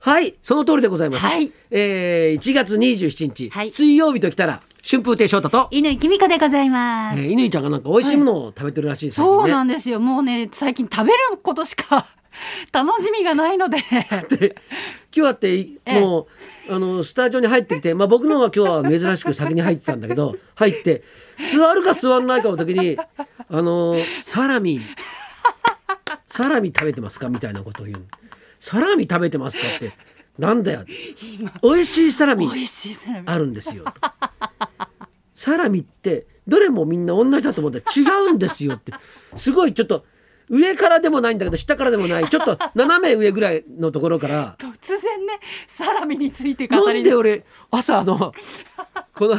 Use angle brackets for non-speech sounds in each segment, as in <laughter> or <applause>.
はい。その通りでございます。はいえー、1月27日、はい水曜日ときたら、春風亭昇太と、犬きみかでございます。えー、乾ちゃんがなんか美味しいものを食べてるらしいですよね。そうなんですよ。もうね、最近食べることしか <laughs> 楽しみがないので。 <laughs> で今日だっていええもうあのスタジオに入ってきて、まあ、僕の方が今日は珍しく先に入ってたんだけど <laughs> 入って座るか座んないかの時に「あのサラミサラミ食べてますか?」みたいなことを言う「サラミ食べてますか?」って「なんだよ」美味しいサラミ美味しいサラミ。あるんですよ」サラミってどれもみんな同じだと思ったら違うんですよ」ってすごいちょっと上からでもないんだけど下からでもないちょっと斜め上ぐらいのところから。突然ね、サラミについて語なんりで俺朝のこの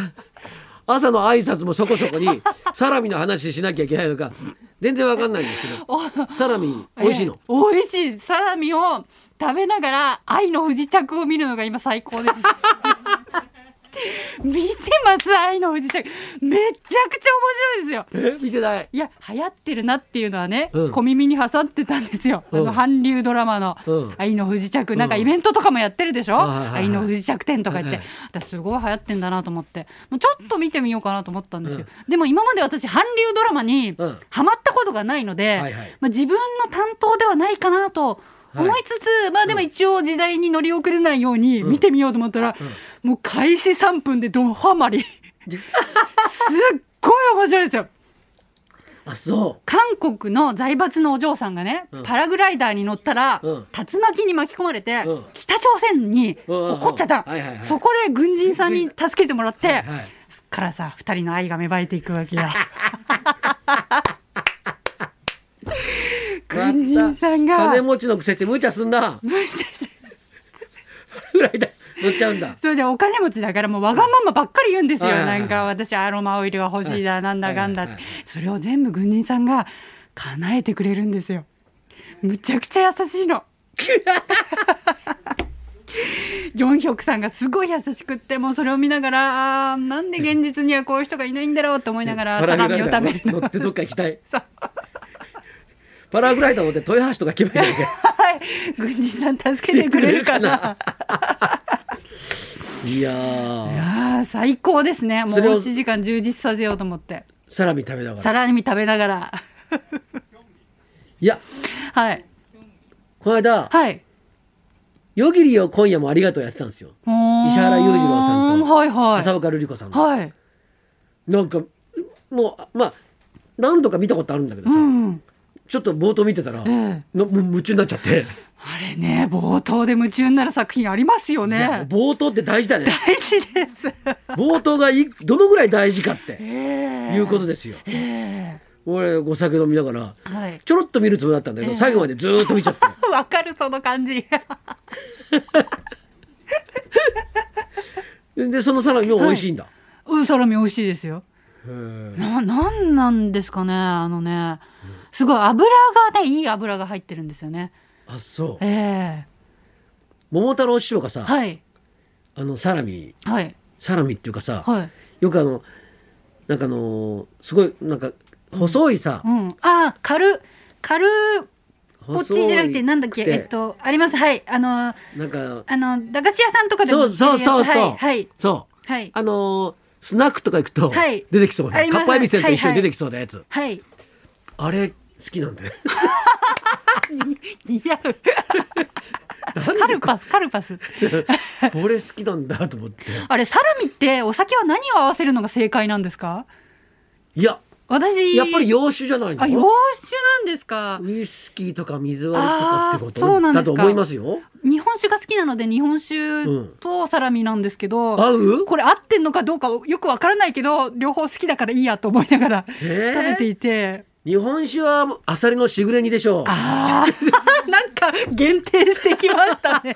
朝の挨拶もそこそこにサラミの話しなきゃいけないのか全然わかんないんですけどおサラミ美味しいのえ、え美味しいサラミを食べながら愛の不時着を見るのが今最 <laughs> 高です見てます愛の不時着めちゃくちゃ面白いですよえ見てないいや流行ってるなっていうのはね、うん小耳に挟んでたんですよ、うんあの韓流ドラマのうん「愛の不時着」なんかイベントとかもやってるでしょ「はいはいはいはい愛の不時着展」とか言って、はい私すごい流行ってんだなと思ってもうちょっと見てみようかなと思ったんですよ、でも今まで私韓流ドラマにうんハマったことがないので、はいはいまあ、自分の担当ではないかなと思いつつ、まあでも一応時代に乗り遅れないように見てみようと思ったら、もう開始3分でドハマり <laughs> すっごい面白いですよあそ韓国の財閥のお嬢さんがね、うんパラグライダーに乗ったら、うん竜巻に巻き込まれて、うん北朝鮮に怒っちゃったの、うんはいはいはいそこで軍人さんに助けてもらって、う、はい、からさ二人の愛が芽生えていく <laughs> わけや軍人さんが金 <laughs> 持ちのくせして無茶すんなぐらいだ乗っちゃうんだそれでお金持ちだからもうわがままばっかり言うんですよ、はいはいはいなんか私アロマオイルは欲しいだ、はいなんだかんだって、はいはいはそれを全部軍人さんが叶えてくれるんですよむちゃくちゃ優し <laughs> いのジョンヒョクさんがすごい優しくってもうそれを見ながらあーなんで現実にはこういう人がいないんだろうと思いながらパサララグライミをダ食べーるの乗ってどっか行きたい <laughs> そうパラグライダー乗って豊橋とか行けばいいじゃんはい軍人さん助けてくれるかない <laughs> やーあー最高ですねもうそれを1時間充実させようと思ってサラミ食べながサらラミ食べながらいやはいこの間はい「夜霧よ今夜もありがとう」やってたんですよ石原石原裕次郎さんとはいは浅い岡瑠璃子さんのはいなんかもうあまあ何度か見たことあるんだけどうさ、んちょっと冒頭見てたら、えのもう夢中になっちゃって、あれね冒頭で夢中になる作品ありますよいやね冒頭って大事だね <laughs> 大事です冒頭がいどのぐらい大事かっていいうことでですよ、え俺お酒飲みながら <laughs> えはいちょろっと見るつもりだったんだけど、ええ最後までずーっと見ちゃってわかるその感じででそのサラミも美味しいんだ、 <laughs> うんサラミ美味しいですよへーななんなんですかねあのねすごい油がねいい油が入ってるんですよねあそうえ桃太郎師匠がさ、えはいあのサラミはいサラミっていうかさ、はいよくあのなんかあのすごいなんか細いさ、うんあーカルカルポッ細いチじゃなくてなんだっけえっとありますはいあのなんかあの駄菓子屋さんとかでそもうそうそう売ってるそう、やつはいそうはいあのースナックとか行くとはい出てきそうな、ありますかっぱえびせんと一緒はいはに出いてきそうなやつ、はい、はい、あれ好きなん <laughs> だよ似合う <laughs> カルパスカルパスこれ好きなんだと思ってあれサラミってお酒は何を合わせるのが正解なんですかいや私やっぱり洋酒じゃないのあ洋酒なんですかウイスキーとか水割りとかってこあーそうとなんでだすかと思いますよ日本酒が好きなので日本酒んとサラミなんですけど、合うこれ合ってんのかどうかよくわからないけど両方好きだからいいやと思いながら食えーべていて、日本酒はアサリのしぐれ煮でしょうああ <laughs> なんか限定してきましたね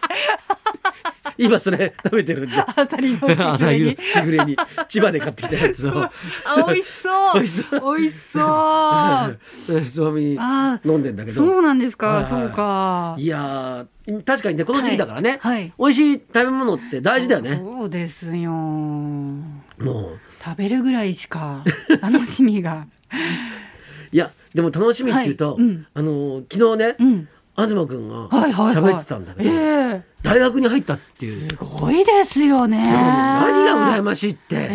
今それ食べてるんでアサリのしぐれ煮アサリのしぐれ煮千葉で買ってきたやつをあ美味しそう美味しそう美味しそうあ <laughs> つまみにあ飲んでんだけどそうなんですはかいはいそうかいやー確かにねこの時期だからね、はいはい美味しい食べ物って大事だよねそうですよもう食べるぐらいしか楽しみがいやでも楽しみっていうと、はいうんあのー昨日ね、うん東君がはいはいはい喋ってたんだけど、ええ大学に入ったっていうすごいですよね何が羨ましいって、え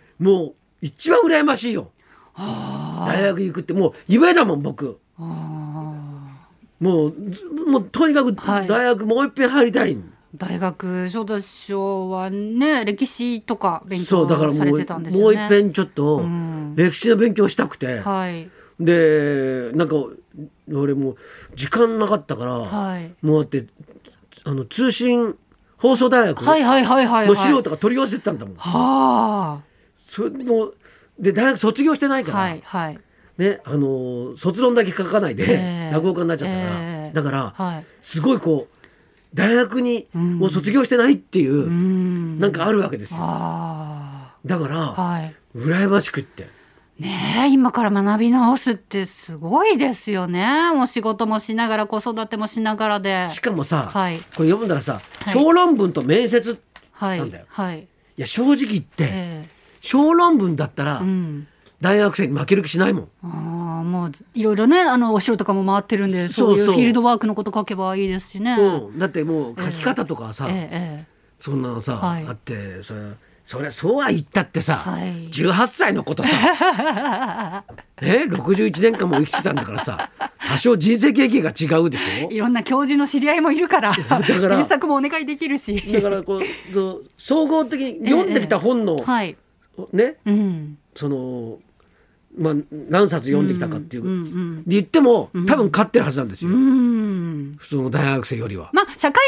えもう一番羨ましいよ大学行くってもう夢だもん僕あもうずもうとにかくは大い学もう一遍入りたい、ー大学小田師匠はね歴史とか勉そう強だからもされう,、てたんですもようね一遍ちょっとん歴史の勉強したくて、はいでなんか俺もう時間なかったから、はいもうだってあの通信放送大学はいはいはいはいはのい資料とか取り寄せてたんだもん、はそれもうで大学卒業してないあから、はいはいねあのー卒論だけ書かないで、ええ <laughs> 落語家になっちゃったから、ええだから、はいすごいこう大学にもう卒業してないっていう、うんなんかあるわけですよあだから、あはい羨ましくってねえ今から学び直すってすごいですよねお仕事もしながら子育てもしながらでしかもさ、はいこれ読んだらさ、い小論文と面接はないんだよはいいや正直言って、え小論文だったら、えうん大学生に負ける気しないもんああもういろいろねあのお城とかも回ってるんでそそそううういうフィールドワークのこと書けばいいですしね、うん、だってもう書き方とかさ、ええええそんなのさ、はいあってそれそりゃそうは言ったってさ、はい18歳のことさ <laughs> ね61年間も生きてたんだからさ多少人生経験が違うでしょいろんな教授の知り合いもいるからそうだから原作もお願いできるしだからこうそう総合的に読んできた本の、はいねうんそのまあ何冊読んできたかっていう、うんうんうんで言っても多分勝ってるはずなんですよ、うん普通の大学生よりは。まあ、社会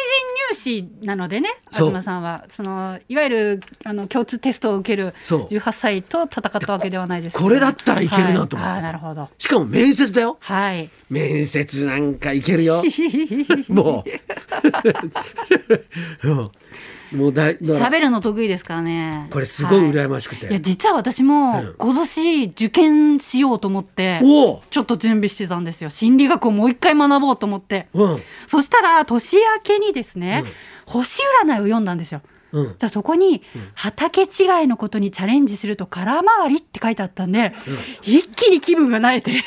人入試なのでね、そう東さんは、そのいわゆるあの共通テストを受けるそう18歳と戦ったわけではないですよね、これだったらいけるなと思ってさはいああなるほど。しかも面接だよはい。面接なんかいける <laughs> よもううんもうだいだから喋るの得意ですからね。これすごいは羨ましくて、い、いや、実は私もうん今年受験しようと思って、おおちょっと準備してたんですよ。心理学をもう一回学ぼうと思って。うんそしたら、年明けにですね、星占いを読んだんですよ。うんだからそこに畑違いのことにチャレンジすると空回りって書いてあったんで、一気に気分がなえて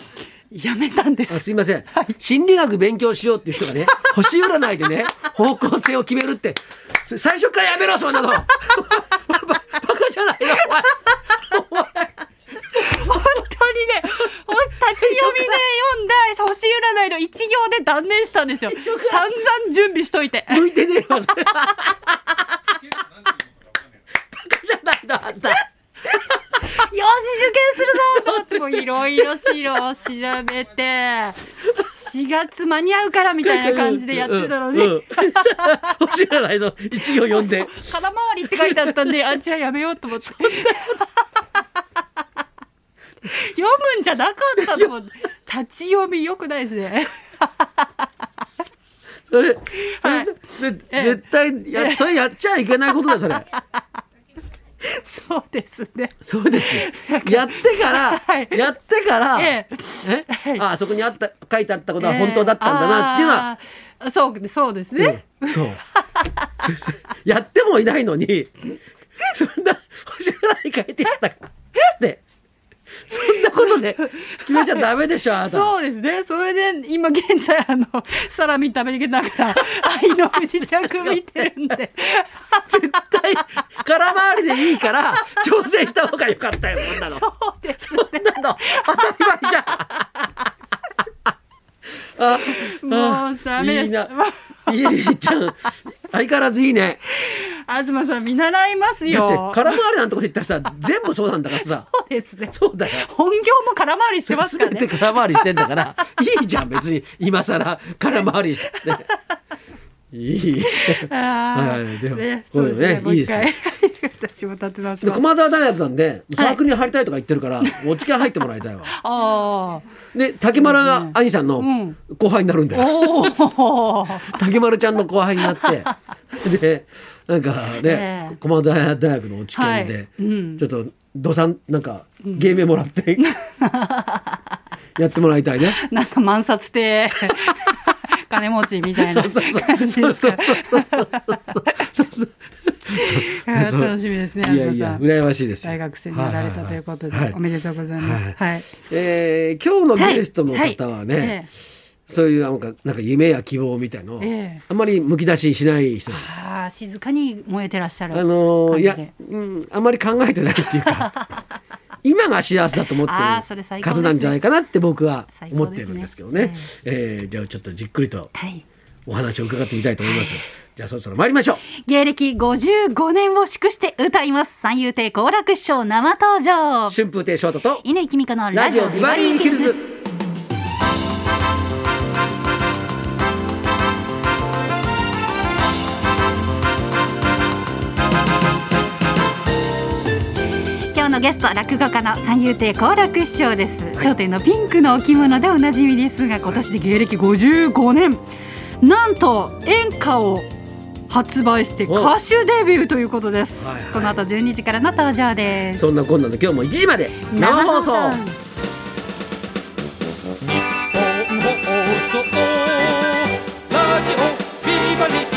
<laughs> やめたんであす。すいません、心理学勉強しようっていう人がね星占いでね方向性を決めるってす最初からやめろそんなのバババカじゃないのお前本当にね、ほん立ち読みで読んだ星占いの一行で断念したんですよ。散々準備しといて。向いてねえよそれバカじゃないのあんた <laughs> よし、受験するぞと思って、 <laughs> もういろいろ資料を調べて、4月間に合うからみたいな感じでやってたのに、うんうん星占いの一行読んで空回りって書いてあったん <laughs> で、あちらやめようと思って。読むんじゃなかったと思って。立ち読み良くないですね。それ、そはれいそれ絶対や、それやっちゃいけないことだよ、それ。そうですね。そうですよ。やってから、 <laughs> はいやってから、ええああそこにあった、書いてあったことは本え当えだったんだなっていうのは、。あーそう、そうですね。うんそう。 <laughs> それやってもいないのに、 <laughs> そんな星占い書いてあったから。で、そんなこと <laughs> で決めちゃダメでしょ、あなた。そうですね。それで、今現在、あの、サラミ食べなが <laughs> ら、愛の不時着見てるんで。絶対、空回りでいいから、挑戦した方が良かったよ、こんなの。そうですそんなの当たり前じゃん。あもうダメですいいな。いいちゃん、相変わらずいいね。東さん見習いますだってよ。空回りなんてこと言ったらさ、全部そうなんだからさ。そうですね。そうだよ。本業も空回りしてますから全てね。空回りしてんだから、いいじゃん、別に今更空回りして。いい。あはいーでもねこそうういうのねですね。もう一い回。私も立て直しでます。駒沢大学なんで、サークルに入りたいとか言ってるから、落ち券入ってもらいたいわ。あで、竹丸が兄さんのん後輩になるんだよあ。。おお。竹丸ちゃんの後輩になって <laughs> でなんかね、ええ駒沢大学の知見で、はいうんちょっとどさんなんか芸名もらって、 <laughs> やってもらいたいね。なんか満 <laughs> 札で金持ちみたいそなうそうそう感じそうそですうか。そうそうそうあー楽しみですね。いやいや東さん羨ましいですよ大学生になられたということではははおめでとうございます。ははい。えー今日のはいゲストの方はね、いええそういうなんかなんか夢や希望みたいのを、ええあんまりむき出ししない人なんです。ああ静かに燃えてらっしゃるあのーいや感じで、うん、あんまり考えてないっていうか <laughs> 今が幸せだと思ってあーそれ最る高で数すねなんじゃないかなって僕は最思っ高ですねてるんですけどねえーじゃあちょっとじっくりとはいお話を伺ってみたいと思います、じゃあそろそろ参りましょう芸歴55年を祝して歌います三遊亭好楽師匠生登場春風亭昇太と乾きみかのララジジオオビビババリリーーヒヒルルズズ今日のゲスト落語家の三遊亭好楽師匠です『笑点』のピンクのお着物でおなじみですが今年で芸歴55年なんと演歌を発売して歌手デビューということです、はいはいこの後12時からの登場ですそんなこんなの今日も1時まで生放送日本放送ラジオビバリー